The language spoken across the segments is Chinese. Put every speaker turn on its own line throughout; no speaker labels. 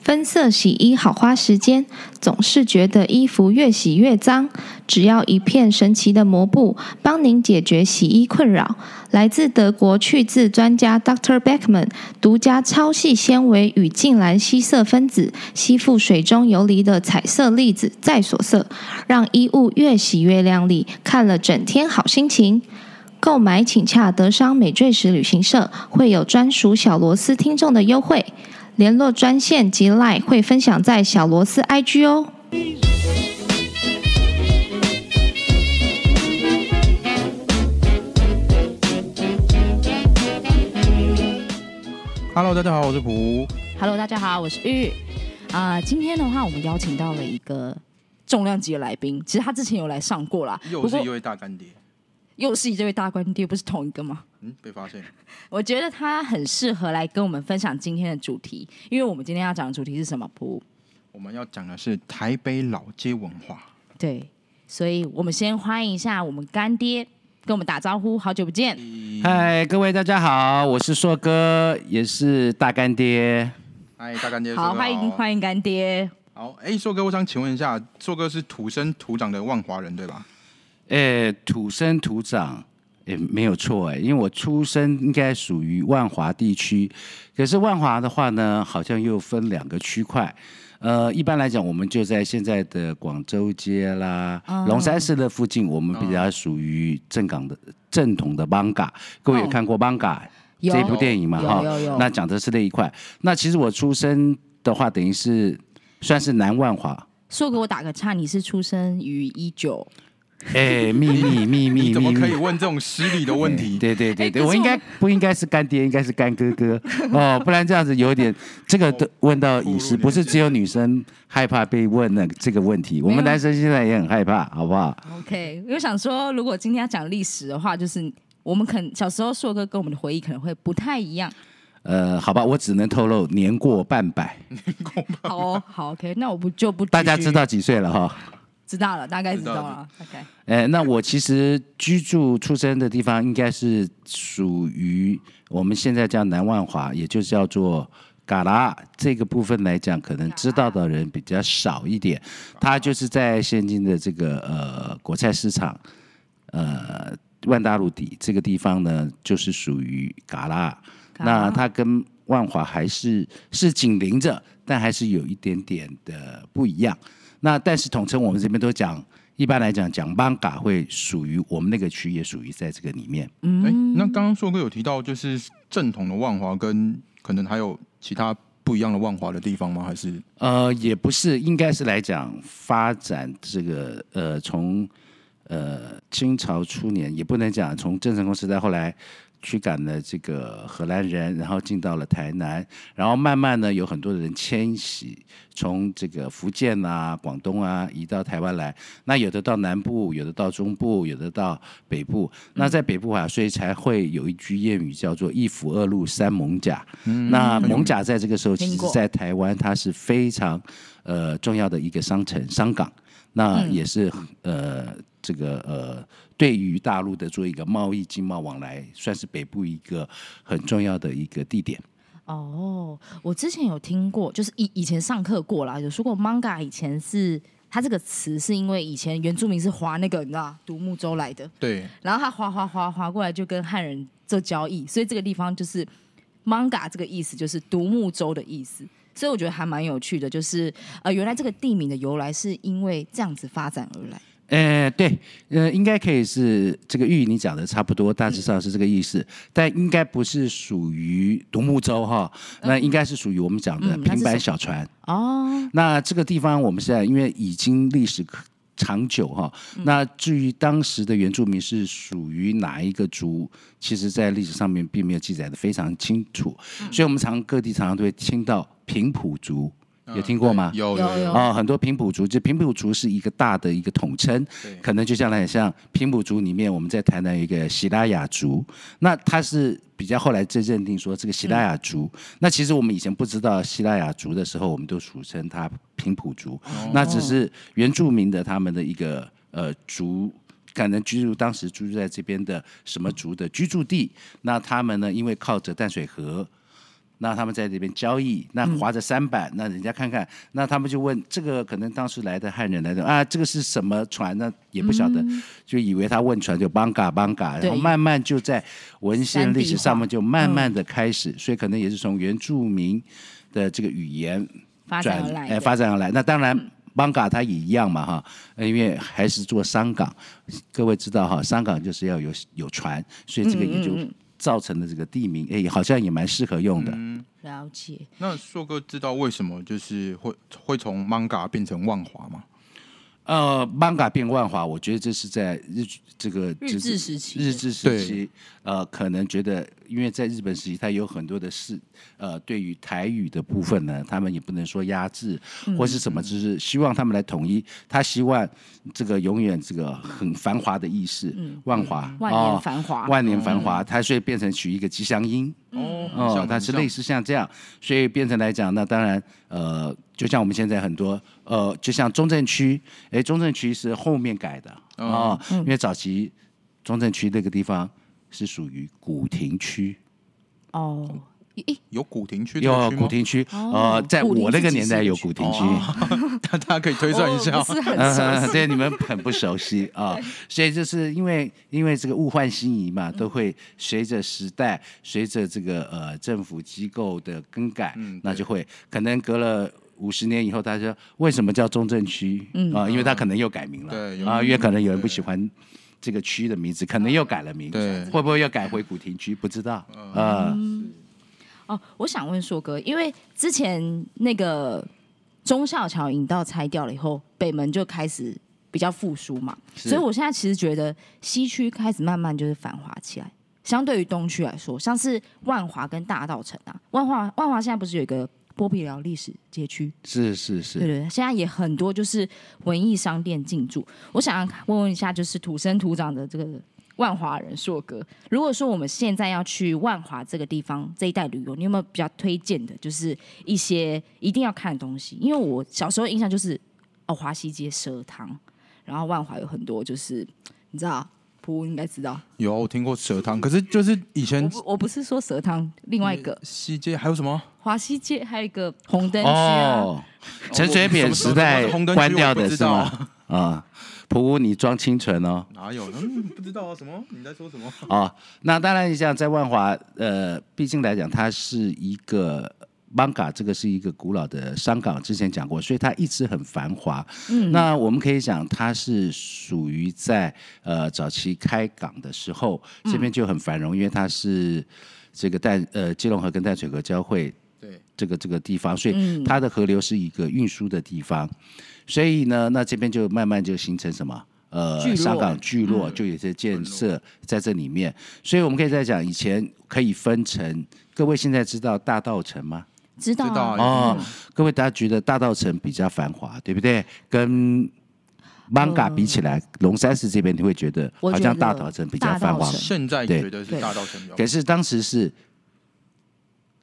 分色洗衣好花时间，总是觉得衣服越洗越脏。只要一片神奇的膜布，帮您解决洗衣困扰。来自德国去渍专家 Dr. Beckman 独家超细纤维与净蓝吸色分子吸附水中游离的彩色粒子再锁色，让衣物越洗越亮丽，看了整天好心情。购买请洽德商美坠石旅行社，会有专属小螺丝听众的优惠。联络专线及 LINE 会分享在小螺丝 IG 哦。
Hello，大家好，我是蒲。
Hello，大家好，我是玉。啊、今天的话，我们邀请到了一个重量级的来宾，其实他之前有来上过啦，
又是
不
一
过
位大干爹，
又是一位大官爹，不是同一个吗？
嗯，被发现了。
我觉得他很适合来跟我们分享今天的主题，因为我们今天要讲的主题是什么？不
我们要讲的是台北老街文化。
对，所以我们先欢迎一下我们干爹，跟我们打招呼，好久不见。
嗨，各位大家好，我是硕哥，也是大干爹。
嗨，大干爹，
好，欢迎
迎。
欢迎干爹。
好，哎、硕哥，我想请问一下，硕哥是土生土长的万华人对吧？
诶，哎土生土长，也哎没有错诶，因为我出生应该属于万华地区，可是万华的话呢，好像又分两个区块。呃，一般来讲，我们就在现在的广州街啦、龙山寺的附近，我们比较属于正港的正统的 manga。各位有
哦
看过 manga？
有
这一部电影嘛，
有
哈
有有，
那讲的是那一块。那其实我出生的话，等于是算是南万华，
说给我打个岔，你是出生于一九，
哎，秘密秘密
你怎么
秘
可以
密。
问这种失礼的问题？
对对
哎
对
可
对，
是
我应
我
该
们
不应该是干爹，应该是干哥 哥哦，不然这样子有点这个都问到
暴露
隐私，
年
不是
纪
只有女生害怕被问那个这个问题，我
没
们
有
男生现在也很害怕，好不好？
OK，我想说，如果今天要讲历史的话，就是我们可能小时候硕哥跟我们的回忆可能会不太一样。
呃，好吧，我只能透露年过半百，
好、哦，好，OK，那我不就不
大家
继续
知道几岁了哈、
知道了，大概知道
知道
了，OK，
呃，那我其实居住出生的地方应该是属于我们现在叫南万华，也就是叫做嘎啦这个部分来讲，可能知道的人比较少一点。它就是在现今的这个呃国菜市场，呃万大陆底这个地方呢，就是属于嘎啦。
嘎啦
那它跟万华还是是紧邻着，但还是有一点点的不一样。那但是统称我们这边都讲，一般来讲讲邦嘎会属于我们那个区，也属于在这个里面。
哎、那刚刚硕哥有提到，就是正统的万华跟可能还有其他不一样的万华的地方吗？还是
呃，也不是，应该是来讲发展这个呃，从呃清朝初年，也不能讲从郑成功时代后来驱赶了这个荷兰人，然后进到了台南，然后慢慢呢有很多的人迁徙，从这个福建啊、广东啊移到台湾来。那有的到南部，有的到中部，有的到北部。那在北部啊，所以才会有一句谚语叫做“一府二路三艋甲”。那艋甲在这个时候，其
听
实
过
在台湾它是非常呃重要的一个商城、商港，那也是、呃这个呃对于大陆的做一个贸易经贸往来，算是北部一个很重要的一个地点。
哦，我之前有听过，就是以以前上课过啦，有说过 manga 以前是它这个词是因为以前原住民是划那个你知道独木舟来的，
对？
然后他划划划划过来就跟汉人做交易，所以这个地方就是 manga 这个意思就是独木舟的意思，所以我觉得还蛮有趣的，就是呃原来这个地名的由来是因为这样子发展而来，
呃，对，呃，应该可以是这个玉你讲的差不多，大致上是这个意思，但应该不是属于独木舟哈，那应该是属于我们讲的
嗯它是
平
什么
板小船。
哦，
那这个地方我们现在因为已经历史长久哈，
嗯
那至于当时的原住民是属于哪一个族，其实在历史上面并没有记载的非常清楚，
嗯
所以我们常各地常常都会听到平埔族，有听过吗？
有
有有
啊、很多平埔族，就平埔族是一个大的一个统称
对，
可能就像来像平埔族里面，我们在台南有一个喜拉雅族，那他是比较后来就认定说这个喜拉雅族，那其实我们以前不知道喜拉雅族的时候，我们都俗称他平埔族，那只是原住民的他们的一个呃族。可能居住当时居住在这边的什么族的居住地，那他们呢，因为靠着淡水河，那他们在这边交易，那划着舢板，那人家看看，那他们就问这个可能当时来的汉人来的啊，这个是什么船呢？也不晓得，就以为他问船就邦嘎邦嘎，然后
嗯对
慢慢就在文献历史
山地嗯
上面
化
就慢慢的开始，所以可能也是从原住民的这个语言
哦发展
转
而来
哎
的，嗯
发展而来。那当然，邦嘎它也一样嘛哈，呃因为还是做商港，各位知道哈，商港就是要有有船，所以这个也就造成了这个地
嗯
名，哎，好像也蛮适合用的。
了解。
那硕哥知道为什么就是会会从 manga 变成万华吗？
呃，邦嘎变万华，我觉得这是在日这个
日治时期
日治时期，呃，可能觉得因为在日本时期，它有很多的事，呃，对于台语的部分呢，他们也不能说压制
嗯
或是什么，就是希望他们来统一，他希望这个永远这个很繁华的意识，万华，
嗯万年
哦
繁华嗯
万年繁华，它所以变成取一个吉祥音，
哦
哦，它是类
似
似像这样，所以变成来讲，那当然，呃，就像我们现在很多，呃，就像中正区，哎，中正区是后面改的
嗯
哦，因为早期中正区那个地方是属于古亭区，
哦，咦，
有古亭区这
有
个区吗哦
古亭区，呃，在
哦古亭
我那个
自己
年代
是
有
区
古亭区，
大家可以推算一下
我哦不是很
嗯，
熟 悉。
对，你们很不熟悉啊、所以就是因为因为这个物换星移嘛，都会随着时代，随着这个呃政府机构的更改，
嗯
那
对
就会可能隔了。五十年以后，他说为什么叫中正区？啊、
嗯
因为他可能又改名了，
对有
啊，因为可能有人不
对
喜欢这个区的名字，可能又改了名字，
对嗯
会不会又改回古亭区？不知道啊、呃
哦，我想问硕哥，因为之前那个忠孝桥引道拆掉了以后，北门就开始比较复苏嘛，
是
所以我现在其实觉得西区开始慢慢就是繁华起来。相对于东区来说，像是万华跟大道城啊，万华万华现在不是有一个波比寮历史街区？
是是是
对，对，对现在也很多就是文艺商店进驻。我想问问一下，就是土生土长的这个万华人硕哥，如果说我们现在要去万华这个地方这一带旅游，你有没有比较推荐的，就是一些一定要看的东西？因为我小时候印象就是哦，华西街蛇汤，然后万华有很多就是你知道。普应该知道，
有啊我听过蛇汤，可是就是以
我
嗯
前
不我不是说蛇汤，另外一个
西街还有什么？
华西街还有一个红灯区啊，，
哦陈水扁时代
我哦什么时候
关掉
红灯区我
的
不
是
知道
吗？啊，普乌，你装清纯哦。
哪有？嗯，不知道啊，什么？你在说什么？
哦，那当然，你像在万华，呃，毕竟来讲，它是一个。邦嘎这个是一个古老的商港，之前讲过，所以它一直很繁华。嗯，那我们可以讲，它是属于在呃早期开港的时候，这边就很繁荣，因为它是这个淡呃基隆河跟淡水河交汇，
嗯
对，
这个这个地方，所以它的河流是一个运输的地方，所以呢，那这边就慢慢就形成什么？
聚
呃，
落
香港聚落就有一些建设在这里面，所以我们可以再讲，以前可以分成，各位现在知道大道城吗？
知道
知道
啊
啊
哦，各位大家觉得大道城比较繁华，对不对？跟 Manga 比起来，龙山寺这边你会觉得
嗯我
好
觉
像
得
大道城比较
大
繁
稻
华
城，
现在
对
觉得是大道城
可
有，
是当时是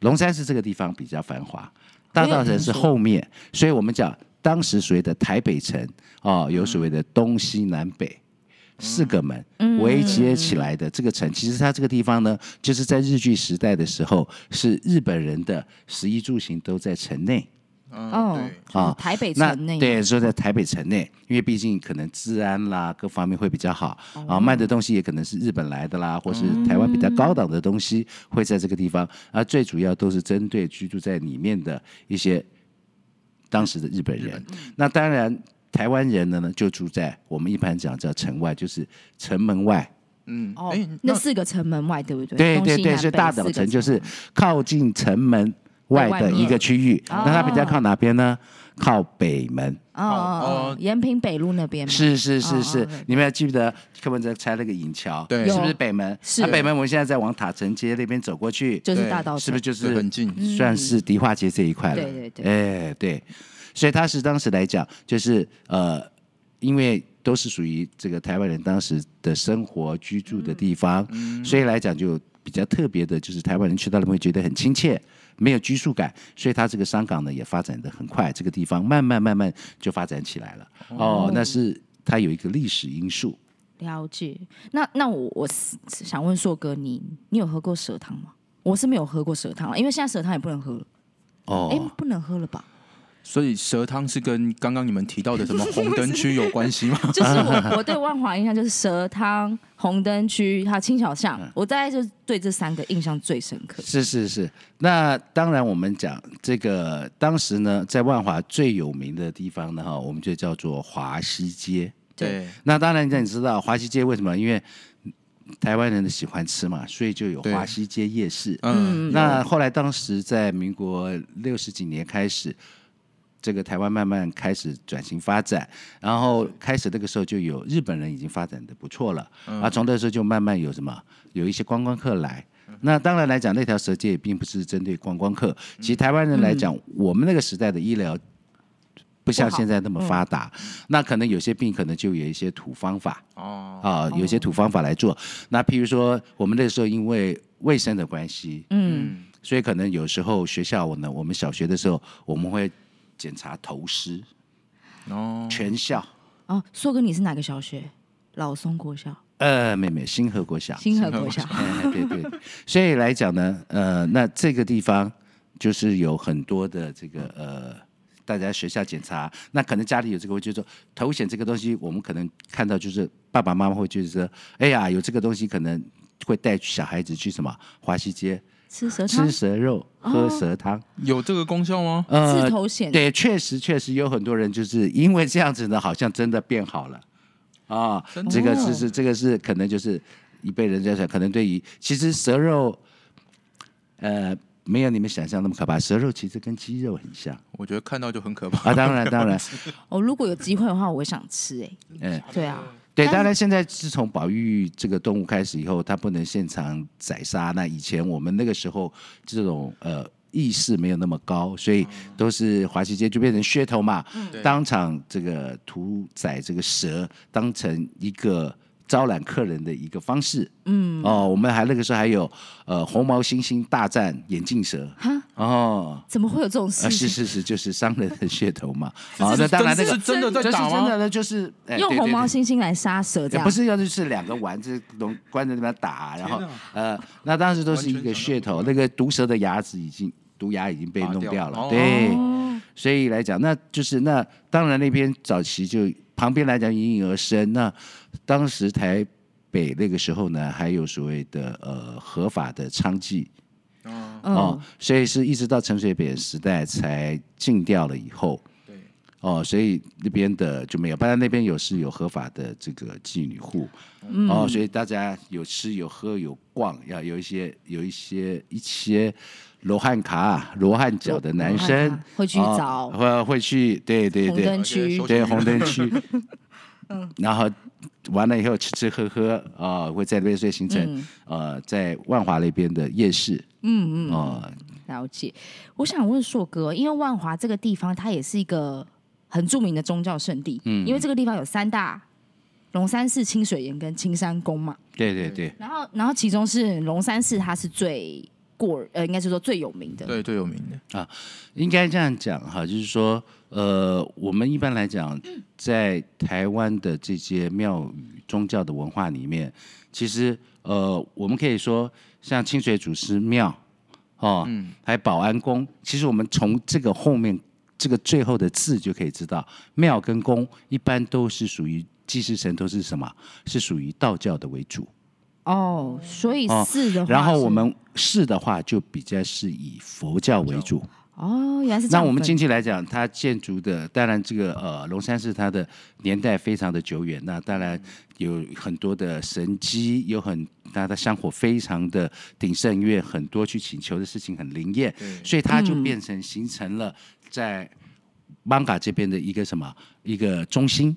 龙山寺这个地方比较繁华，大道城是后面，所以我们讲当时所谓的台北城哦，有所谓的东西南北。四个门
嗯
围接起来的这个城，其实它这个地方呢，就是在日据时代的时候，是日本人的食衣住行都在城内。
哦
嗯，，
就是台北
那
城内
对，说在台北城内，因为毕竟可能治安啦各方面会比较好，
哦
啊，卖的东西也可能是日本来的啦，或是台湾比较高档的东
嗯
西会在这个地方，而最主要都是针对居住在里面的一些当时的日本人。
嗯
那当然，台湾人呢就住在我们一般讲叫城外，就是城门外。
嗯，
哦
哎，，那
那四个城门外，对不对？
对
东
对
西
对，
南
所以
北
大
四
岛
个
城就是
门
靠近城门外
外
的一
面
个区域。
哦
那它比较靠哪边呢？靠北门。
哦哦哦
哦，
延平北路那边嘛
是是
哦
是
哦
是，你们还记不记得柯文哲拆了个引桥，
对
是不是
有
北门？
是
啊北门我们现在在往塔城街那边走过去，
就是
对
大道城，
是不是就是
对很近
算是迪化街这一块了？
对对对
哎对，所以他是当时来讲，就是呃，因为都是属于这个台湾人当时的生活居住的地方，所以来讲就比较特别的，就是台湾人去到那边会觉得很亲切。没有拘束感，所以它这个商港呢也发展的很快，这个地方慢慢慢慢就发展起来了。哦，那是它有一个历史因素。
了解？那那我我是想问硕哥，你你有喝过蛇汤吗？我是没有喝过蛇汤了，因为现在蛇汤也不能喝了，哎、
哦，
不能喝了吧？
所以蛇汤是跟刚刚你们提到的什 么红灯区有关系吗？
就是我我对万华印象就是蛇汤、红灯区还有青小
嗯
巷，我大概就是对这三个印象最深刻。
是是是。那当然，我们讲这个当时呢，在万华最有名的地方呢，哈，我们就叫做华西街。
对，
那当然，你知道华西街为什么？因为台湾人喜欢吃嘛，所以就有
对
华西街夜市。
嗯，
那后来，当时在民国六十几年开始，这个台湾慢慢开始转型发展，然后开始那个时候就有日本人已经发展的不错了，啊，从那时候就慢慢有什么有一些观光客来。那当然来讲，那条蛇街也并不是针对观光客，其实台湾人来讲，我们那个时代的医疗。不像
不好
现在那么发达，那可能有些病可能就有一些土方法，
哦，
啊、有些土方法来做。那譬如说，我们那时候因为卫生的关系，
嗯，
所以可能有时候学校我呢，我们小学的时候我们会检查头虱，
哦，
全校。
哦，硕哥，你是哪个小学？老松国小、
呃，没有没有，新河国小，
新河国小。
哎对对，所以来讲呢，呃，那这个地方就是有很多的这个呃，大家学校检查，那可能家里有这个，就是说头癣这个东西，我们可能看到就是爸爸妈妈会就是说，哎呀，有这个东西，可能会带小孩子去什么华西街
吃蛇汤
吃蛇肉、喝蛇汤，
有这个功效吗？
治头癣，
对，确实确实有很多人就是因为这样子呢，好像真的变好了啊、
真的
这个
哦
是是这个是可能就是一辈人家想，可能对于其实蛇肉，呃，没有你们想象那么可怕。蛇肉其实跟鸡肉很像
我觉得看到就很可怕。
啊，当然当然，
哦，如果有机会的话，我会想吃哎、
嗯，
对啊，
对，
但
当然现在自从保育这个动物开始以后，它不能现场宰杀。那以前我们那个时候这种呃意识没有那么高，所以
嗯
都是华西街就变成噱头嘛，
对
当场这个屠宰这个蛇当成一个。招揽客人的一个方式，嗯，哦，我们还那个时候还有，呃，红毛猩猩大战眼镜蛇，哦，
怎么会有这种
啊，
事
是
情？
是是，就是商人的噱头嘛，
这
啊，
是
那当然那
这
个
是真的
这
在
是
打
真的
吗？
呢，就是哎
用
对
红
对
毛
对
猩猩来杀蛇这
也
样？
不是要就是两个丸子龙关在那边打，然后
天
呃，那当时都是一个噱头，那个毒蛇的牙齿已经毒牙已经被弄
拔
掉
掉
了，
了
对，
哦
所以来讲，那就是那当然那边早期就旁边来讲隐隐而生，那当时台北那个时候呢，还有所谓的呃合法的娼妓，哦
嗯，，
所以是一直到陈水扁时代才禁掉了以后，
对，
哦，所以那边的就没有，不然那边有是有合法的这个妓女户，
嗯
哦，所以大家有吃有喝有逛，要有一些有一些一些罗汉卡、罗汉脚的男
罗汉
生
卡会去找
哦会会去，对对
红
对
灯区
而且
对红灯区， 然后完了以后吃吃喝喝啊、会在那边所以形成、呃在万华那边的夜市，嗯嗯哦、
了解。我想问硕哥，因为万华这个地方它也是一个很著名的宗教圣地，嗯，因为这个地方有三大龙山寺、清水岩跟青山宫嘛，
对对对，
然后然后其中是龙山寺，它是最过呃，应该是说最有名的，
对，最有名的。
应该这样讲哈，就是说，呃，我们一般来讲，在台湾的这些庙宇宗教的文化里面，其实呃，我们可以说，像清水祖师庙，哦，还有保安宫，其实我们从这个后面这个最后的字就可以知道，庙跟宫一般都是属于祭祀神都是什么？是属于道教的为主。
哦，所以
哦
寺的话是、
然后我们市的话，就比较是以佛教为主。
哦，原来是这
那
样
我们
分
近期来讲，它建筑的，当然这个呃龙山寺它的年代非常的久远，那当然有很多的神机，有很它的香火非常的鼎盛，因为很多去请求的事情很灵验，所以它就变成形成了在芒嘎这边的一个什么一个中心。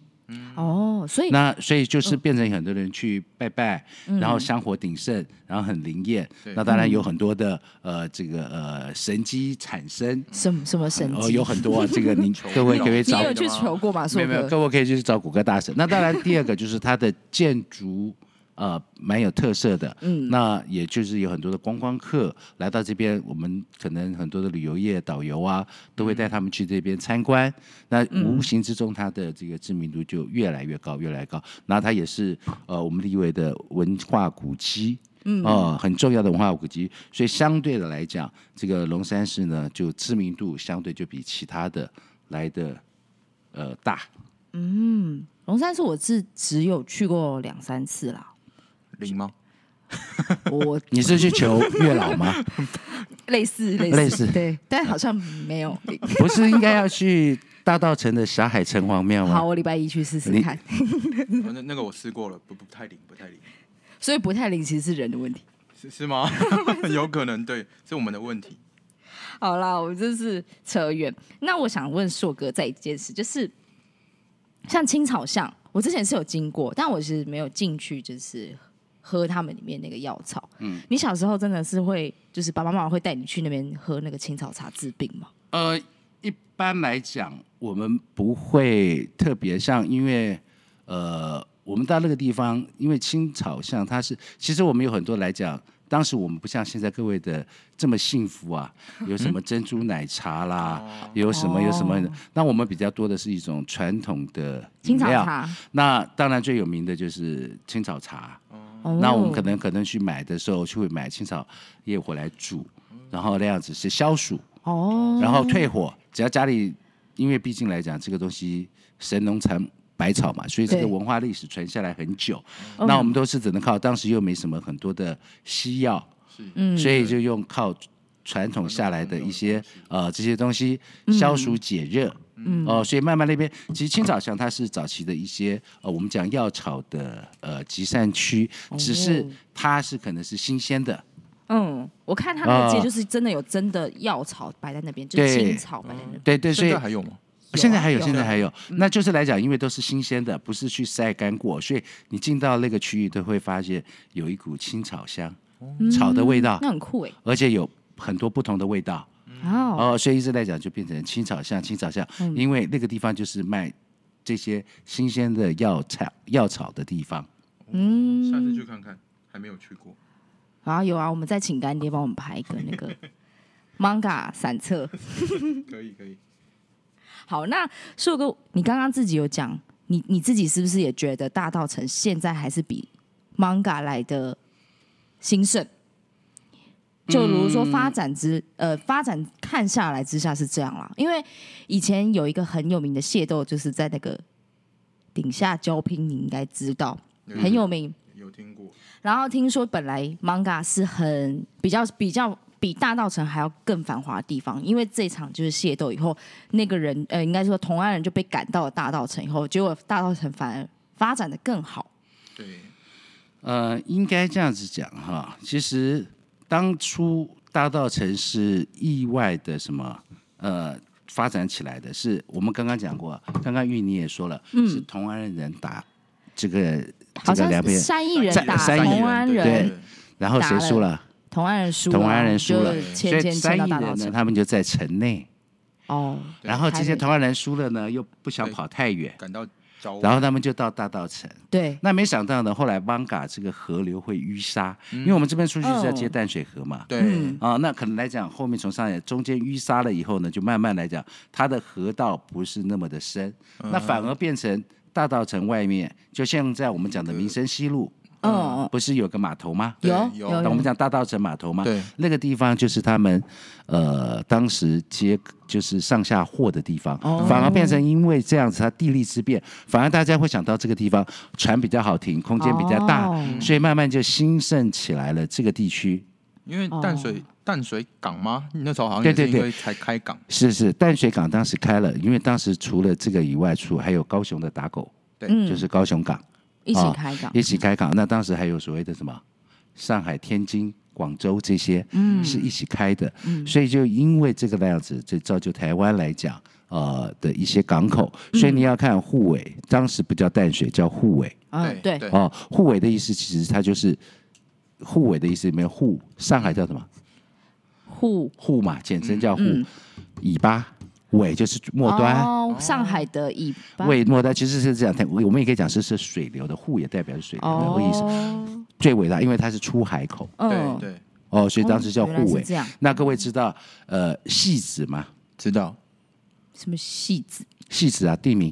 哦，所以
那所以就是变成很多人去拜拜，
嗯
然后香火鼎盛，然后很灵验。那当然有很多的呃这个呃神机产生。
什么什么神
哦，
迹？
有很多啊，这个您各位可以
你
找，
有去求过吗？
没
硕
有没有，
哥，
各位可以去找谷歌大神。那当然，第二个就是它的建筑。 呃，蛮有特色的，嗯，那也就是有很多的观光客来到这边，我们可能很多的旅游业导游啊，都会带他们去这边参观。那无形之中，它的这个知名度就越来越高，越来越高。然后它也是呃，我们立为的文化古迹，嗯，哦，很重要的文化古迹，所以相对的来讲，这个龙山寺呢，就知名度相对就比其他的来的呃大。
龙山寺我是只有去过两三次啦，
零 吗？
我
你是去求月老 吗？
类似类似
嗯类似
对，但好像没有。
不是应该要去大道城的小海城隍庙
好，
吗？
我礼拜一去试试
你
看。
呃那那个我试过了，不不太灵，不太灵，
所以不太灵其实是人的问题。
是是 吗？有可能对，是我们的问题。
好啦，我真是扯远。那我想问硕哥再一件事，就是像青草巷，我之前是有经过，但我其实没有进去，就是喝他们里面那个药草。嗯，你小时候真的是会，就是爸爸妈妈会带你去那边喝那个青草茶治病吗？
呃，一般来讲，我们不会特别像，因为呃，我们到那个地方，因为青草巷它是，其实我们有很多来讲，当时我们不像现在各位的这么幸福啊，
嗯
有什么珍珠奶茶啦，有什么有什么
哦，
那我们比较多的是一种传统的饮
青草
料。
茶，
那当然最有名的就是青草茶，
哦
那我们可能可能去买的时候就会买青草叶回来煮，然后那样子是消暑。
哦，
然后退火，只要家里，因为毕竟来讲，这个东西神农尝百草嘛，所以这个
对嗯
文化历史传下来很久。那我们都是只能靠当时又没什么很多的西药，
嗯
所以就用靠传统下来的一些
嗯
呃这些东西消暑解热。嗯哦、所以慢慢那边其实青草巷它是早期的一些呃，我们讲药草的呃集散区，只是
哦
它是可能是新鲜的，
嗯，我看他那个街
啊
就是真的有真的药草摆在那边，就是
对
青草摆在那边。
对对，所
现
以
在还有吗？
现在还有，嗯
有
现在还有，那就是来讲，因为都是新鲜的，不是去晒干过，所以你进到那个区域都会发现有一股青草香，草的味道
那，很酷哎、
而且有很多不同的味道
哦，
哦，所以一直来讲就变成青草香，青草香，因为那个地方就是卖这些新鲜的药草药草的地方。
嗯，下次去看看，还没有去过。
啊，有啊，我们再请干爹帮我们拍一个那个 manga 散册。
可以可以，
好，那硕哥，你刚刚自己有讲，你你自己是不是也觉得大道城现在还是比 manga 来的兴盛？就如说发展之、呃发展看下来之下是这样啦，因为以前有一个很有名的械斗，就是在那个顶下交拼，你应该知道，很有名。
有听过。
然后听说本来 manga 是很比较比较比大道城还要更繁华的地方，因为这场就是械斗以后，那个人呃应该说同安人就被赶到了大道城以后，结果大道城反而发展的更好。
对，
呃，应该这样子讲哈。其实当初大道城是意外的什么呃发展起来的，是我们刚刚讲过，刚刚玉你也说了，是同安人打这个
嗯好
这
像
个两
是
边，
山一人
山
打
山一
同安
对
对
人，
然后谁输了？
同安人输了，啊
同安人输了
就，
所
迁
以
迁
三
迁到
亿
大道
人呢，
城。
他们就在城内。
哦，
对
然后这
还
些
没
同安人输了呢，又不想
对
跑太远，
感到骄
然
傲。
后他们就到大道城。
对，
那没想到呢，后来邦嘎这个河流会淤沙，因为我们这边出去是要
哦
接淡水河嘛。
对，
啊、那可能来讲，后面从上海中间淤沙了以后呢，就慢慢来讲，它的河道不是那么的深，
嗯
那反而变成大道城外面，就像在我们讲的民生西路，
嗯嗯，
不是有个码头吗？
对
有
有
那
有
我们讲大道城码头吗？
对，
那个地方就是他们呃当时接就是上下货的地方，
哦
反而变成因为这样子，它地利之变，反而大家会想到这个地方船比较好停，空间比较大，
哦
所以慢慢就兴盛起来了这个地区。
因为淡水淡水港吗？那时候好像
哦对
也是
对对
因为才开港。
是是，淡水港当时开了，因为当时除了这个以外，除还有高雄的打狗，
嗯，
就是高雄港、
一起
啊
开港，
一起开港。那当时还有所谓的什么上海、天津、广州这些，嗯，是一起开的。
嗯
所以就因为这个那样子，就造就台湾来讲，呃的一些港口。
嗯
所以你要看沪尾，当时不叫淡水，叫沪尾。
嗯，对，
对，
哦，沪尾的意思其实它就是沪尾的意思里面沪，上海叫什么？
沪
沪嘛，简称叫沪，尾巴尾就是末端。
嗯哦，上海的尾巴，
尾末端其实是这样，它我们也可以讲是是水流的沪，也代表是水流的意思。
哦，
最尾的，因为它是出海口
对
嗯，
对，
哦，所以当时叫
哦原来
沪尾
是。这样，
那各位知道，呃，戏子嘛，
知道。
什么戏子？
戏子啊，地名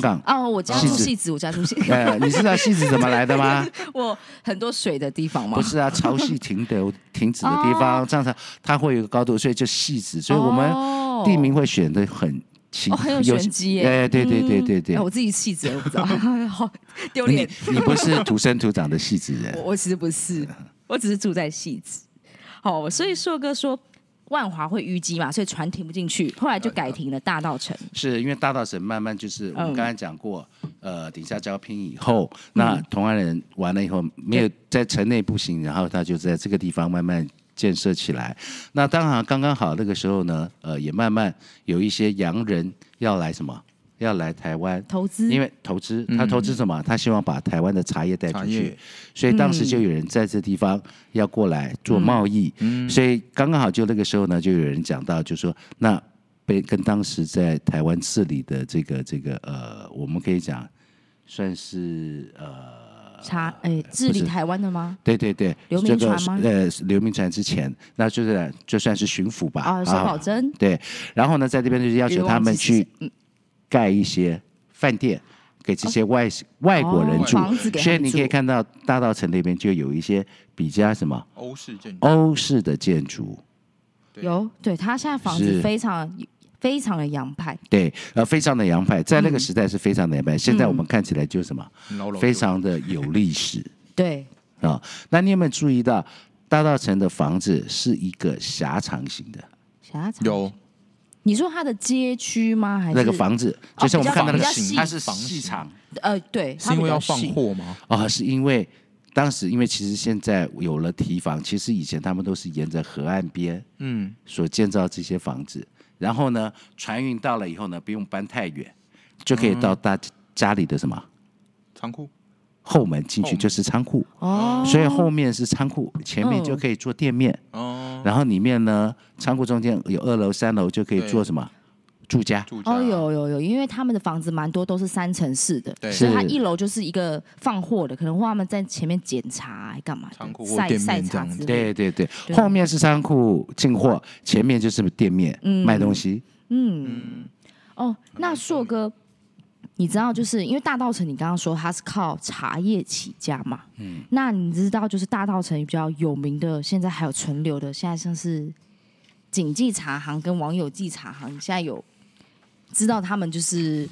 港。
哦，我家住
戏子
戏子，我家住戏，
呃，你知道戏子怎么来的吗？
我很多水的地方嘛
不。是啊，潮汐停留停止的地方，这样它它会有个高度，所以就戏子。所以我们
哦
地名会选的很奇，
哦，很有玄机耶！
哎，对对对对
哎
对
我，自己戏子我不知道， 好丢
你
脸。
你不是土生土长的戏子人
我，我其实不是，我只是住在戏子。好，所以硕哥说万华会淤积嘛，所以船停不进去，后来就改停了大道城。
是因为大道神慢慢就是我
嗯
们刚才讲过，呃，顶下交拼以后，那同安人完了以后，没有在城内步行，然后他就在这个地方慢慢建设起来。那当然刚刚好那个时候呢，呃，也慢慢有一些洋人要来什么，要来台湾。
投资，
因为投资，他投资什么？他希望把台湾的茶叶带出
茶
去
叶，
所以当时
嗯
就有人在这地方要过来做贸易，
嗯
所以刚刚好就那个时候呢，就有人讲到，就说那被跟当时在台湾治理的这个这个呃，我们可以讲算是呃
查哎治理
不是
台湾的吗？
对对对，
刘铭
这个
传吗
呃，流民传之前，那就是呃就算是巡抚吧，
啊，沈葆桢
对，然后呢，在这边就是要求他们去盖一些饭店给这些外、外国人
哦
住，
房子给他
所以
们
你可以
住
看到大道城那边就有一些比较什么
欧式建筑，
欧式的建筑，
对
有，对他现在房子
是
非常非常的洋派，
对，呃，非常的洋派，在那
嗯
个时代是非常的洋派，现在我们看起来就是什么、
很老老
非常的有历史
对，
啊、那你有没有注意到大道城的房子是一个狭长型的？
狭长。
有
你说它的街区吗？还是
那个房子，
哦
就像我们
比较
看到
比
那个
较细
它是
房
细
型
长，
呃，对，它
是因为
比较
要放
细
货吗？
啊、是因为当时因为其实现在有了堤防，其实以前他们都是沿着河岸边
嗯，
所建造这些房子，然后呢，船运到了以后呢，不用搬太远，就
嗯
可以到大家里的什么
仓库
后门进
后
去
门
就是仓库，
哦，
所以后面是仓库，前面就
嗯
可以做店面，
哦，
然后里面呢，仓库中间有二楼、三楼就可以
对
做什么住家。
住家
哦，有有有，因为他们的房子蛮多都是三层式的，
对
所以它
是
一楼就是一个放货的，可能会他们在前面检查还干嘛的
仓库或
晒
店面
晒
这
茶
样
之
子
类的。
对对对，
对
后面是仓库进货，前面就是店面、
嗯
卖东西。
嗯，哦，那硕哥，你知道就是因为大道城，你刚刚说它是靠茶叶起家嘛，嗯，那你知道就是大道城比较有名的，现在还有存留的，现在像是锦记茶行跟网友记茶行，你现在有知道他们就是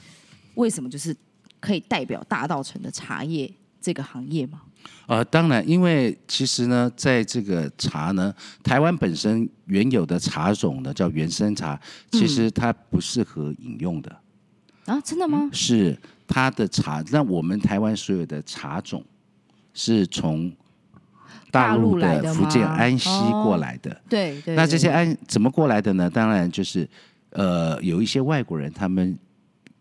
为什么就是可以代表大道城的茶叶这个行业吗？
呃，当然，因为其实呢，在这个茶呢，台湾本身原有的茶种呢叫原生茶，其实它不适合饮用的，
啊，真的吗？
是它的茶。那我们台湾所有的茶种是从大
大陆
陆
来的
的
吗
福建安溪
哦
过来的。
对对，
那这些
对
安怎么过来的呢？当然就是，呃，有一些外国人他们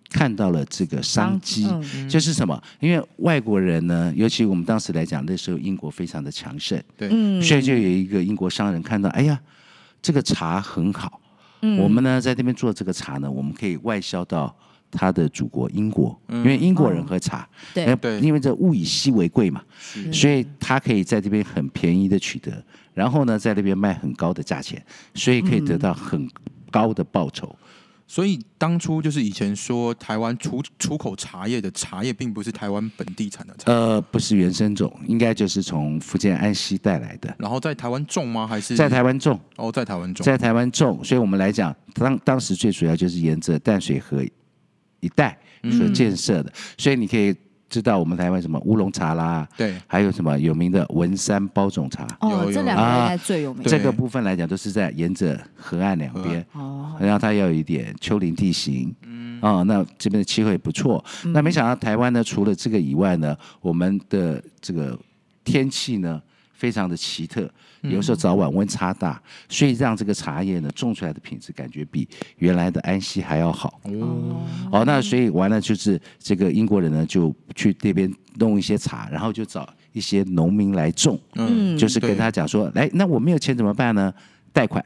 看到了这个商机，
嗯
就是什么？因为外国人呢，尤其我们当时来讲，那时候英国非常的强盛，
嗯
所以就有一个英国商人看到，哎呀，这个茶很好，我们呢在这边做这个茶呢，我们可以外销到他的祖国英国，因为英国人喝茶，
对
因为
对
因为这物以稀为贵嘛，所以他可以在这边很便宜的取得，然后呢在那边卖很高的价钱，所以可以得到很高的报酬。
所以当初就是以前说台湾出出口茶叶的茶叶，并不是台湾本地产的茶，
呃，不是原生种，应该就是从福建安溪带来的，
然后在台湾种吗？还是
在台湾种。
哦，在台湾种，
在台湾种，所以我们来讲，当当时最主要就是沿着淡水河一带
嗯
所建设的，所以你可以知道我们台湾什么乌龙茶啦，
对，
还有什么有名的文山包种茶，
哦，
有
这
有
两个应
啊
该最有名
对
这个部分来讲都是在沿着河岸两边，
哦，
然后它要有一点丘陵地形，嗯，哦，那这边的气候也不错。那没想到台湾呢，除了这个以外呢，我们的这个天气呢非常的奇特，有时候早晚温差大，所以让这个茶叶呢种出来的品质感觉比原来的安溪还要好。
哦，
哦，那所以完了就是这个英国人呢就去那边弄一些茶，然后就找一些农民来种，
嗯，
就是跟
对
他讲说，哎，那我没有钱怎么办呢？贷款。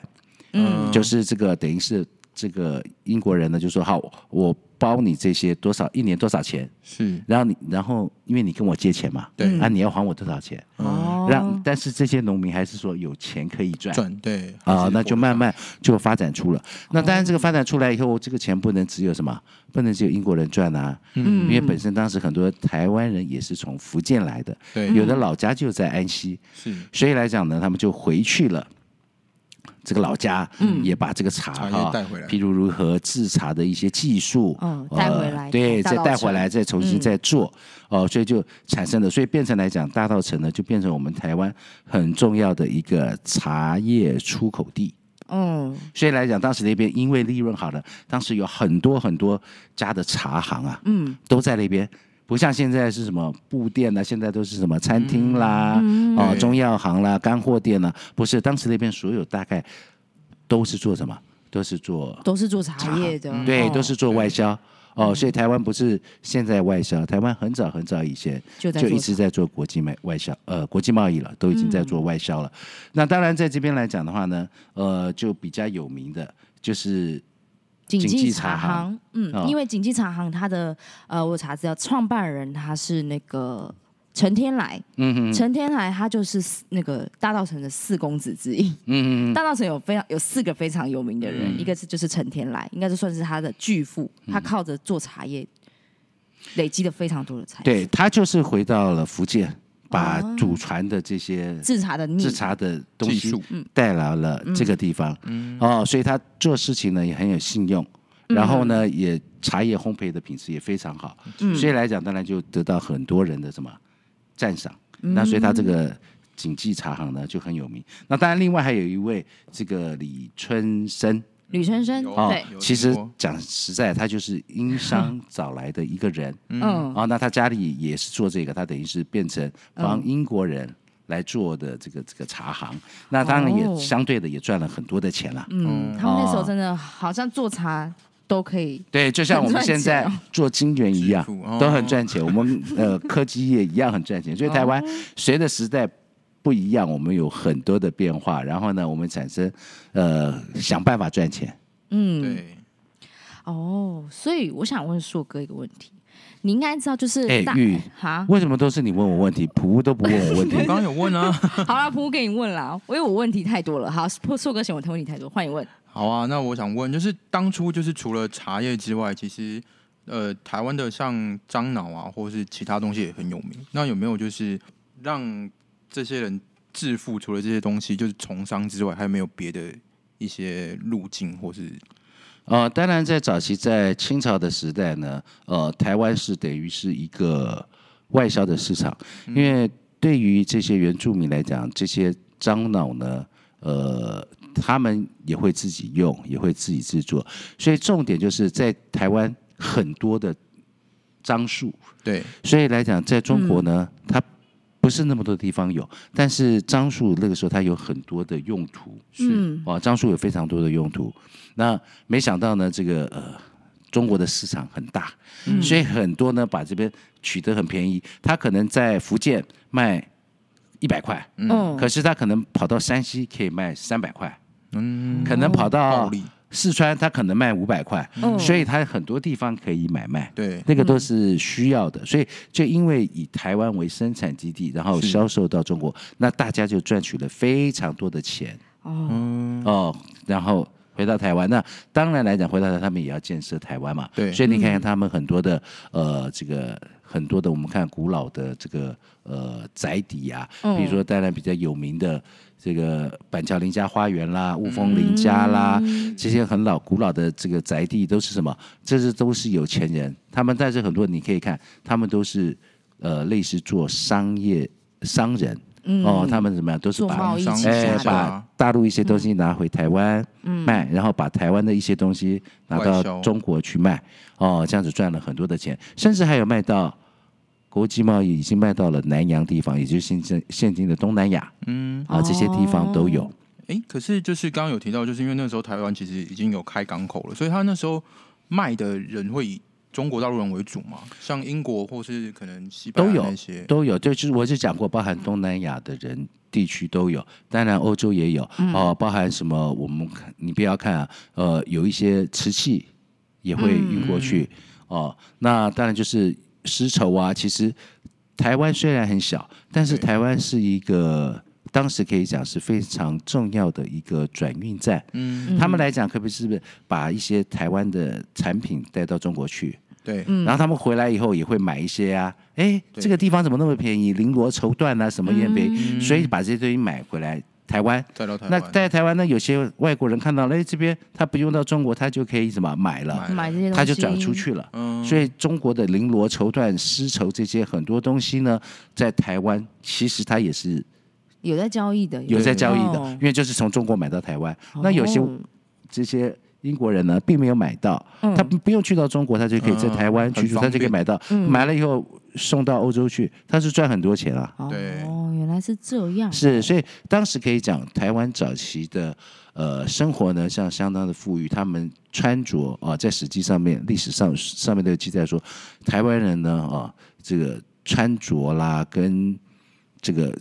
嗯，
就是这个等于是这个英国人呢，就说好，我包你这些多少一年多少钱，
是，
然后你然后因为你跟我借钱嘛，
对
啊，你要还我多少钱？
哦，
让但是这些农民还是说有钱可以赚。
赚对
啊、
还是
那就
活得
慢
上
慢就发展出了。那当然，这个发展出来以后，这个钱不能只有什么，不能只有英国人赚啊，
嗯
因为本身当时很多台湾人也是从福建来的，
对
有的老家就在安溪，
是
所以来讲呢，他们就回去了。这个老家，嗯，也把这个茶
茶叶
哈
带回来
譬如如何制茶的一些技术，
嗯
呃
带回来
对，
大
再
稻
带回
埕
来，再
嗯
重新再做，哦，所以就产生了，所以变成来讲，大稻埕呢就变成我们台湾很重要的一个茶叶出口地。
嗯，
所以来讲，当时那边因为利润好了，当时有很多很多家的茶行啊，嗯，都在那边。不像现在是什么布店啊，现在都是什么餐
嗯
厅啦、哦
对
中药行啦、干货店啦，不是当时那边所有大概都是做什么？都是做
都是做茶叶的，
对，
哦嗯
都是做外销哦。所以台湾不是现在外销，台湾很早很早以前
就在
就
做
一直在做国际卖外销，呃，国际贸易了，都已经在做外销了。
嗯
那当然在这边来讲的话呢，呃，就比较有名的就是
景
景记
记
茶
茶
行
行，嗯，
哦
因为景记茶行它的呃，我查资料，创办人他是那个陈天来，嗯陈天来他就是四那个大稻埕的四公子之一，嗯大稻埕有非常有四个非常有名的人，
嗯
一个是就是陈天来，应该就算是他的巨富，他靠着做茶叶累积了非常多的财富，
对他就是回到了福建，把祖传的这些
制茶啊的秘
制茶的东
技
西
术
带来了这个地方，
嗯
哦，所以他做事情呢也很有信用，然后呢也茶叶烘焙的品质也非常好，所以来讲当然就得到很多人的什么赞赏，那所以他这个。景记茶行呢就很有名，那当然另外还有一位这个李春生
吕先生，
有
哦
对，
听
其实
过
讲实在，他就是殷商找来的一个人，
嗯，
啊，那他家里也是做这个，他等于是变成帮英国人来做的这个这个茶行，那当然也
哦
相对的也赚了很多的钱了。
嗯，他们
哦
那时候真的好像做茶都可以，
对，就像我们
很赚
现在
钱哦
做金源一样
致富哦，
都很赚钱。我们呃科技业一样很赚钱，所以台
哦
湾随着时代不一样，我们有很多的变化。然后呢，我们产生呃想办法赚钱。
嗯，
对
哦，所以我想问硕哥一个问题，你应该知道，就是
哎
大
玉
哈，
为什么都是你问我问题，普都不问我问题
我？刚刚有问啊，
好啦，不给你问啦，因为我问题太多了。好，硕硕哥嫌我问题太多，换你问。
好啊，那我想问，就是当初就是除了茶叶之外，其实呃，台湾的像樟脑啊，或是其他东西也很有名。那有没有就是让这些人致富，除了这些东西，就是从商之外，还有没有别的一些路径，或是
呃，当然，在早期在清朝的时代呢，呃，台湾是等于是一个外销的市场，因为对于这些原住民来讲，这些樟脑呢，呃，他们也会自己用，也会自己制作，所以重点就是在台湾很多的樟树，
对
所以来讲，在中
嗯
国呢，它不是那么多地方有，但是樟树那个时候它有很多的用途，
嗯，
啊，樟树有非常多的用途。那没想到呢，这个呃，中国的市场很大，
嗯
所以很多呢把这边取得很便宜，他可能在福建卖一百块，
嗯
可是他可能跑到山西可以卖三百块，嗯，可能跑
暴
到
利？
四川他可能卖五百块，
嗯
所以他很多地方可以买卖。
对，嗯
那个都是需要的，所以就因为以台湾为生产基地，然后
是
销售到中国，那大家就赚取了非常多的钱。
哦，
哦，然后回到台湾，那当然来讲，回到台湾他们也要建设台湾嘛，
对
所以你看看他们很多的呃这个。很多的我们看古老的这个呃宅邸啊，
嗯
比如说当然比较有名的这个板桥林家花园
嗯
啦、雾峰林家啦，这些很老古老的这个宅地都是什么？这是都是有钱人，他们但是很多你可以看，他们都是呃类似做商业商人、哦，他们怎么样都是
嗯做
把
贸易
商
起
哎
家
是吧
的，
把大陆一些东西拿回台湾卖，然后把台湾的一些东西拿
外
到
销
中国去卖，哦，这样子赚了很多的钱，甚至还有卖到国际贸易已经卖到了南洋地方，也就是现在现今的东南亚，嗯啊这些地方都有。
哎，可是就是刚刚有提到，就是因为那时候台湾其实已经有开港口了，所以他那时候卖的人会以中国大陆人为主嘛，像英国或是可能西班牙
都有
那些，
都有，就是我就讲过，包含东南亚的人地区都有，当然欧洲也有，
嗯
哦，包含什么？我们看，你不要看啊，呃，有一些瓷器
嗯
也会运过去，哦，那当然就是丝绸啊，其实台湾虽然很小，但是
对
台湾是一个当时可以讲是非常重要的一个转运站。
嗯，
他们来讲，可不可以是不是把一些台湾的产品带到中国去？
对，
然后他们回来以后也会买一些啊，哎，
嗯对
这个地方怎么那么便宜？绫罗绸缎啊，什么也便宜，所以把这些东西买回来台湾。
再到台
那
湾
在台湾呢，有些外国人看到了，哎，这边他不用到中国，他就可以什么买了，
买了
买这些东西，
他就转出。去了。
嗯，
所以中国的绫罗绸缎、丝绸这些很多东西呢，在台湾其实它也是
有在交易的，
有在交易的，
哦
因为就是从中国买到台湾。
哦
那有些这些英国人呢，并没有买到，他不不用去到中国，他就可以在台湾
嗯
居
很
住，
方
他就可
便
以
嗯
买到，买了以后送到欧洲去，他是赚很多钱啊。
哦
对
哦，原来是这
嗯
样，
是，所以当时可以讲，台湾早期的呃生活呢，像相当的富裕，他们穿着啊、在史记上面、历史上上面都有记载说，台湾人呢啊、这个穿着啦跟这个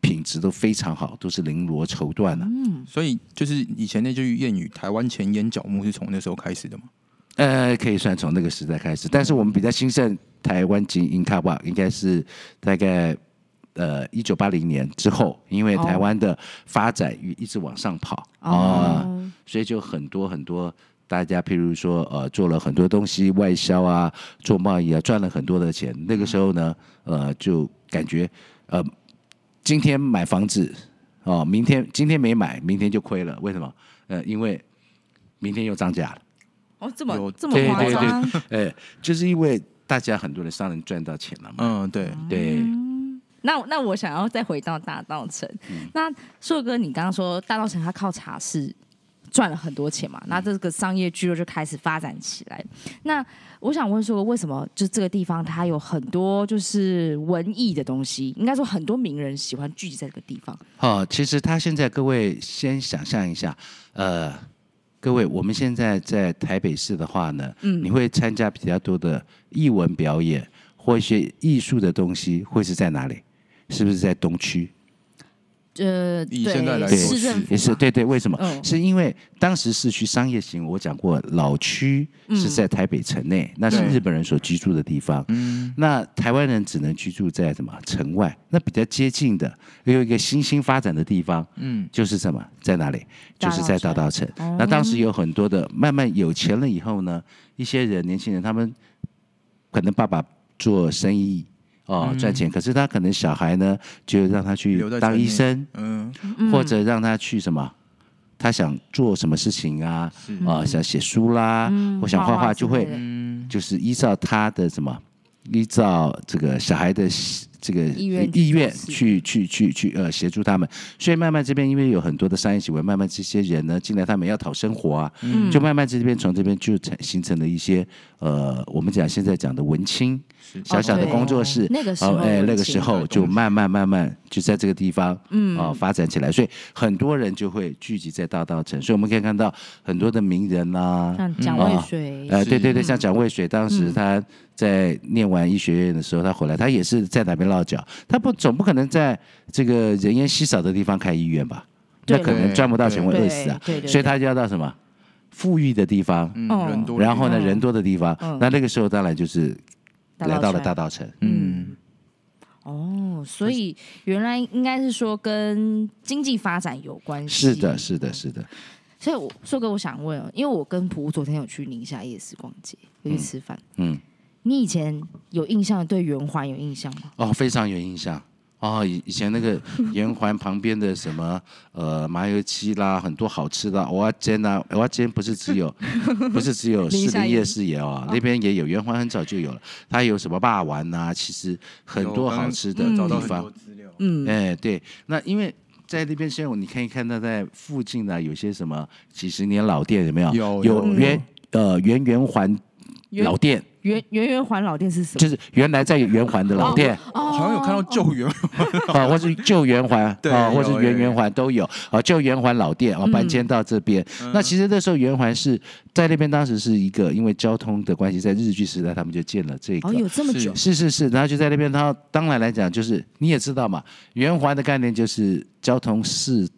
品质都非常好，都是绫罗绸缎啊的、
所以就是以前那句谚语“台湾前眼角木”是从那时候开始的嘛？
呃，可以算从那个时代开始，但是我们比较兴盛，台湾金银卡吧，应该是大概呃一九八零年之后，因为台湾的发展一一直往上跑啊、
哦，
所以就很多很多大家，譬如说呃做了很多东西外销啊，做贸易啊，赚了很多的钱。那个时候呢，呃，就感觉呃今天买房子哦、明天今天没买，明天就亏了，为什么？呃，因为明天又涨价了。
哦，这么
有
这么
对
夸
对
张，
哎，就是因为大家很多人商人赚到钱了嘛。
嗯，对，
对，
那那我想要再回到大道城。
嗯
那硕哥，你刚刚说大道城他靠茶室赚了很多钱
嗯
嘛？那这个商业聚落就开始发展起来。那我想问硕哥，为什么就这个地方它有很多就是文艺的东西？应该说很多名人喜欢聚集在这个地方。
哦，其实他现在各位先想象一下，呃，各位我们现在在台北市的话呢，你会参加比较多的艺文表演或一些艺术的东西，会是在哪里？是不是在东区？
呃，
以
对
现在来
说
市政府啊
也是
嘛，
对对，为什么？
嗯
是因为当时市区商业型，我讲过老区是在台北城内，那是
对
日本人所居住的地方。那台湾人只能居住在什么城外？那比较接近的，有一个新兴发展的地方，
嗯，
就是什么，在哪里？
大
就
稻
是在大稻城。那当时有很多的，慢慢有钱了以后呢，一些人年轻人他们可能爸爸做生意哦赚钱，可是他可能小孩呢就让他去
留在
当
城
医
内
生，
嗯，
或者让他去什么，他想做什么事情啊，啊、想写书啦，或想
画
画画，
嗯画之
就
类
会
的
就是依照他的什么，依照这个小孩的喜这个
意愿去
意愿
做事
去去去去呃协助他们，所以慢慢这边因为有很多的商业行为，慢慢这些人呢进来，他们要讨生活啊，
嗯
就慢慢这边从这边就产形成了一些呃，我们讲现在讲的文青
是，
小小的
哦
工作室，
那个时
哦
候
哎，
文
那个
青
时候就慢慢慢慢就在这个地方，嗯，哦，发展起来，所以很多人就会聚集在大道城，所以我们可以看到很多的名人啦、
像嗯蒋渭水，
呃，对对对，
是
像蒋渭水，当
嗯
时他在念完医学院的时候，他回来，他也是在哪边落脚，他不总不可能在这个人烟稀少的地方开医院吧？那
对
可能
对
赚不到钱会
对
饿死啊，
对对对
所以他就要到什么富裕的地方，
嗯
哦
人多，
然后呢
嗯
人多的地方，那那个时候当然就是
大稻
来到了
埕
大稻城，
嗯，
哦，所以原来应该是说跟经济发展有关系。
是的，是的，是的。
所以我硕哥，我想问哦，因为我跟普昨天有去宁夏夜市逛街，有去吃饭。
嗯
你以前有印象对圆环有印象吗？
哦，非常有印象。哦，以以前那 个圆环旁边的什么呃麻油鸡啦，很多好吃的蚵仔煎啦，蚵仔煎不是只 有不是只有
宁
士
夏
林
夜
夜市也有啊，那边也有圆环很早就有了，它有什么霸丸呐、其实很多好吃的
找
地
到很多
方。
资料，
嗯，
哎，对，那因为。在那边，现在你可以看到，在附近呢、有些什么几十年老店，有没有？
有有
圆呃圆圆环
圆
老店，
圆圆圆环老店是什
就
么？
是原来在圆环的老
哦
店，
我好像有看到救 援，
啊，或是旧圆环
对
啊，或是
有有嗯
圆圆环都有啊，旧圆环老店啊搬迁到这边。那其实那时候圆环是在那边，当时是一个因为交通的关系，在日据时代他们就建了这个
哦，。有这么
是
久？
是是是，然后就在那边，然后当然来讲，就是你也知道嘛，圆环的概念就是交通四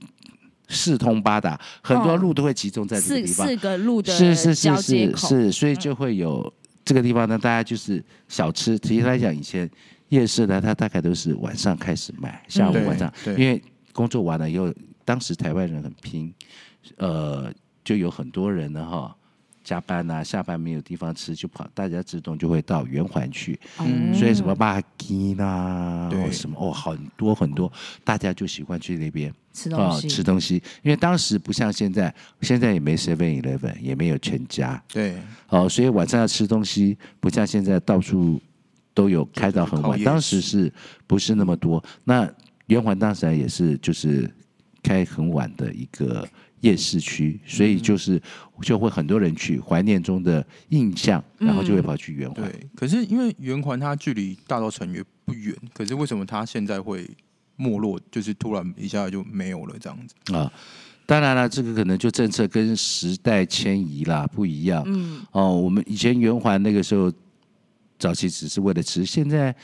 四通八达，很多
哦
路都会集中在这
四
个地方。
四个路的
是是
交
是
接
是
口，嗯
是，所以就会有这个地方呢，大家就是小吃。其实来讲，以前夜市呢，它大概都是晚上开始卖，下午
对
晚上，
嗯对
因为工作完了以后，当时台湾人很拼，呃，就有很多人呢哈。加班啊，下班没有地方吃，就跑，大家自动就会到圆环去。
哦
嗯
所以什么巴鸡啦，
对
或什么哦，很多很多，大家就喜欢去那边
吃东
啊、
西，
吃东西，因为当时不像现在，现在也没 Seven Eleven，也没有全家
对
哦，所以晚上要吃东西，不像现在到处都有开到很
靠夜
晚，
市
当时是不是那么多？那圆环当时还也是就是开很晚的一个夜市区，所以就是就会很多人去怀念中的印象，然后就会跑去圆环。
对。可是因为圆环它距离大稻城也不远，可是为什么它现在会没落？就是突然一下就没有了这样子。
啊。当然了，这个可能就政策跟时代迁移啦不一样。嗯，哦，我们以前圆环那个时候，早期只是为了吃，现在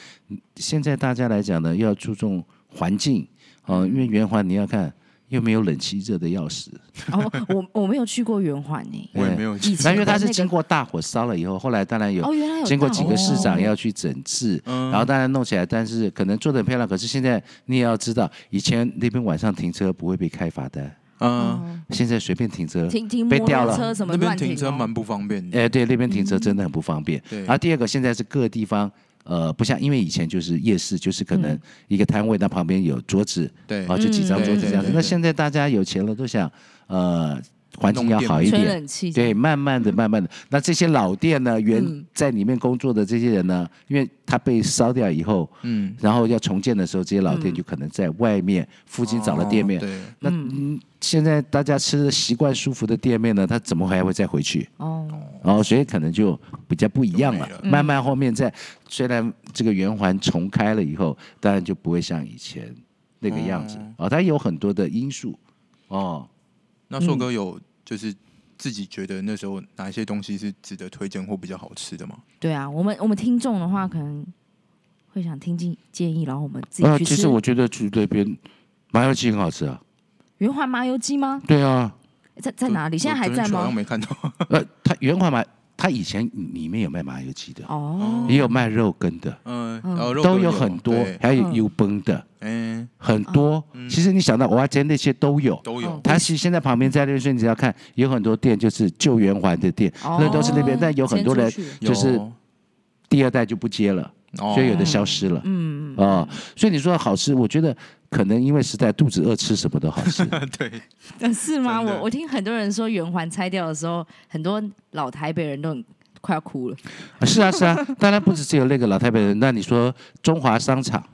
现在大家来讲呢，要注重环境
嗯
哦，因为圆环你要看又没有冷气热的要死，
哦，我我没有去过圆环呢。
我也没有
以前
那因为
的
它是
那个
经过大火烧了以后，后来当然 有
哦，原来有
经过
大
几个市长
哦
要去整治，
嗯
然后当然弄起来，但是可能做的很漂亮，可是现在你也要知道，以前那边晚上停车不会被开罚单，
嗯，
现在随便停车
停停
被
摩
吊
托
了
车什么
那边
乱
停车
哦
蛮不方便的。
哎，对，那边停车真的很不方便。
嗯对
然后第二个，现在是各地方，呃，不像因为以前就是夜市，就是可能一个摊位，那旁边有桌子，
嗯对
啊，就几张
嗯
桌子
对
这样子
对。对
那现在大家有钱了，都想呃环境要好一
吹
点。
冷气，
对，慢
嗯
慢的，慢慢的，那这些老店呢，原
嗯
在里面工作的这些人呢，因为他被烧掉以后，
嗯，
然后要重建的时候，这些老店就可能在外面附近找了店
哦。
面
对，
那嗯，现在大家吃的习惯舒服的店面呢，他怎么还会再回去？
哦，
然后所以可能就比较不一样了
就。
嗯
慢慢后面在虽然这个圆环重开了以后，当然就不会像以前那个样子哦，它有很多的因素哦。
那硕哥有就是自己觉得那时候哪一些东西是值得推荐或比较好吃的吗？
对啊，我们我们听众的话可能会想听进建议，然后我们自
啊，
己去
其
吃
实我觉得去那边麻油鸡很好吃啊。
圆环麻油鸡吗？
对啊，
在在哪里？现在还
我
在
昨天去好像
吗？
没看到。
嗯
呃，它圆环麻，它以前里面有卖麻油鸡的，
哦，
也有卖肉羹的，
嗯，然后肉
都
羹
有很多
对，
还有
嗯
油崩的，
嗯，
很多。其实你想到我要煎那些都有。
都有
哦。
它其实现在旁边在那边，你只要看，有很多店就是旧圆环的店，
哦
那都是那边，但有很多人
迁出去
就是
有
第二代就不接了，
哦
所以有的消失了。嗯啊，所以你说好吃，我觉得可能因为时代肚子饿，吃什么都好啊吃。
对，
呃是吗？
真的
我我听很多人说圆环拆掉的时候，很多老台北人都很快要哭了。
是啊是啊，当然不止只有那个老太北人，那你说中华商场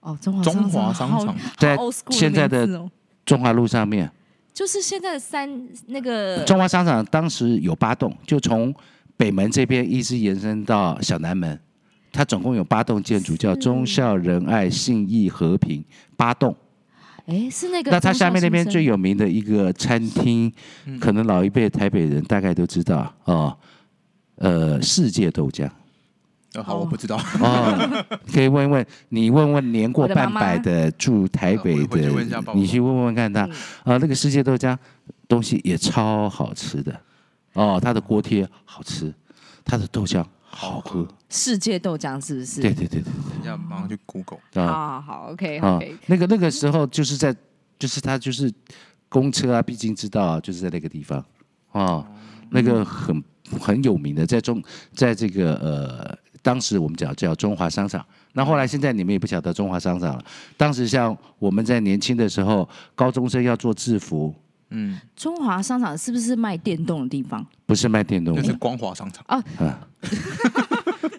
哦，中华
中华
商
商
好
场
好
在
old school
现在
的
的
名字哦
中华路上面，
就是现在的三那个
中华商场当时有八栋，就从北门这边一直延伸到小南门，它总共有八栋建筑，叫忠孝仁爱信义和平八栋。
哎是那个
那它下面那边
中校新生
最有名的一个餐厅，
嗯
可能老一辈台北人大概都知道哦，呃，世界豆浆
呃好，我不知 道，
哦，可以问问你问问年过半百的住台北
我的妈妈呃我回去问一下
的
爸，爸
你去问问看他
嗯
啊，那个世界豆浆东西也超好吃的哦，它的锅贴好吃，它的豆浆好
哦
喝，
世界豆浆是不是？
对对对对
等一下马上去 Google。
对啊。
好好好，OK
啊
OK，，
那个那个时候就是在，就是他就是公车啊，必经之道啊，就是在那个地方啊，那个很很有名的，在中，在这个呃，当时我们讲叫中华商场，那后来现在你们也不晓得中华商场了。当时像我们在年轻的时候，高中生要做制服，
嗯，
中华商场是不是卖电动的地方？
不是卖电动
那
的
是，光华商场。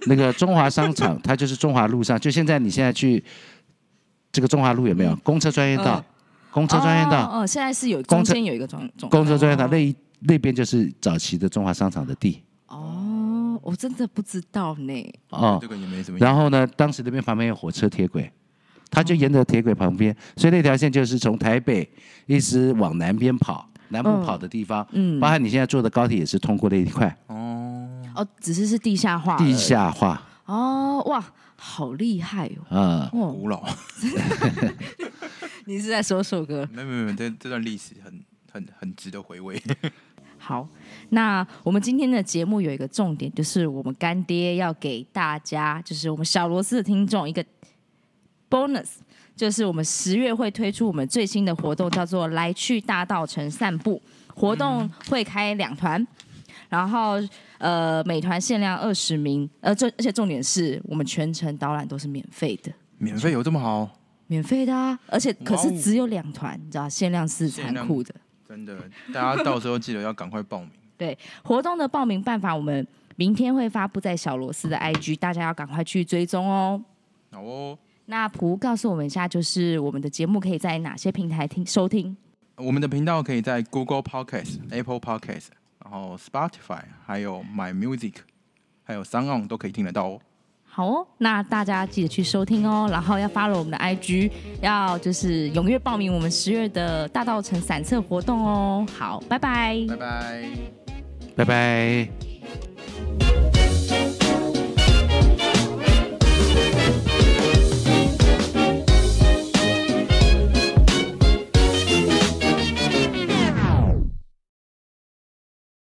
那个中华商场，它就是中华路上，就现在你现在去这个中华路有没有公车专业道？公车专业道。
哦，哦现在是有中
公车
间有一个中中
公车专业堂那一那边就是早期的中华商场的地
哦，我真的不知道呢。
哦
这。个也没什么。
然后呢，当时那边旁边有火车铁轨，它就沿着铁轨旁边，所以那条线就是从台北一直往南边跑，南部
嗯
跑的地方，
嗯
包含你现在坐的高铁也是通过那一块
哦，
哦，只是是地下化而已，
地下化
哦，哇，好厉害哦！
啊。
哦，
古老，
你是在说首歌？
没有没有没有，这这段历史很很很值得回味。
好，那我们今天的节目有一个重点，就是我们干爹要给大家，就是我们小螺丝的听众一个 bonus，就是我们十月会推出我们最新的活动，叫做“来去大道城散步”。活动会开两团，然后呃，每团限量二十名，呃，这而且重点是我们全程导览都是免费的。
免费有这么好？
免费的啊，而且可是
哇哦
只有两团，你知道限量是
限
残
量
酷的。
真的，大家到时候记得要赶快报名。
活动的报名办法，我们明天会发布在小罗斯的 IG，大家要赶快去追踪哦。
好哦，
那蒲告诉我们一下，就是我们的节目可以在哪些平台听收听？
我们的频道可以在 Google Podcast、Apple Podcast，然后 Spotify，还有 My Music，还有 Sound On 都可以听得到哦。
好哦，那大家记得去收听哦，然后要 follow 我们的 IG，要就是踊跃报名我们十月的大道城散策活动哦。好，拜拜
拜拜。
拜拜。